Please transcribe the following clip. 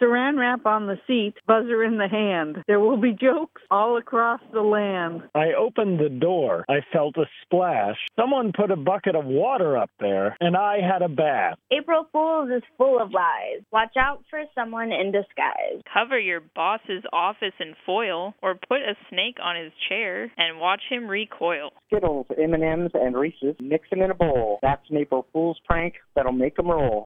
Saran wrap on the seat, buzzer in the hand. There will be jokes all across the land. I opened the door. I felt a splash. Someone put a bucket of water up there, and I had a bath. April Fools is full of lies. Watch out for someone in disguise. Cover your boss's office in foil or put a snake on his chair and watch him recoil. Skittles, M&Ms, and Reese's. Mix 'em in a bowl. That's an April Fool's prank that'll make 'em roll.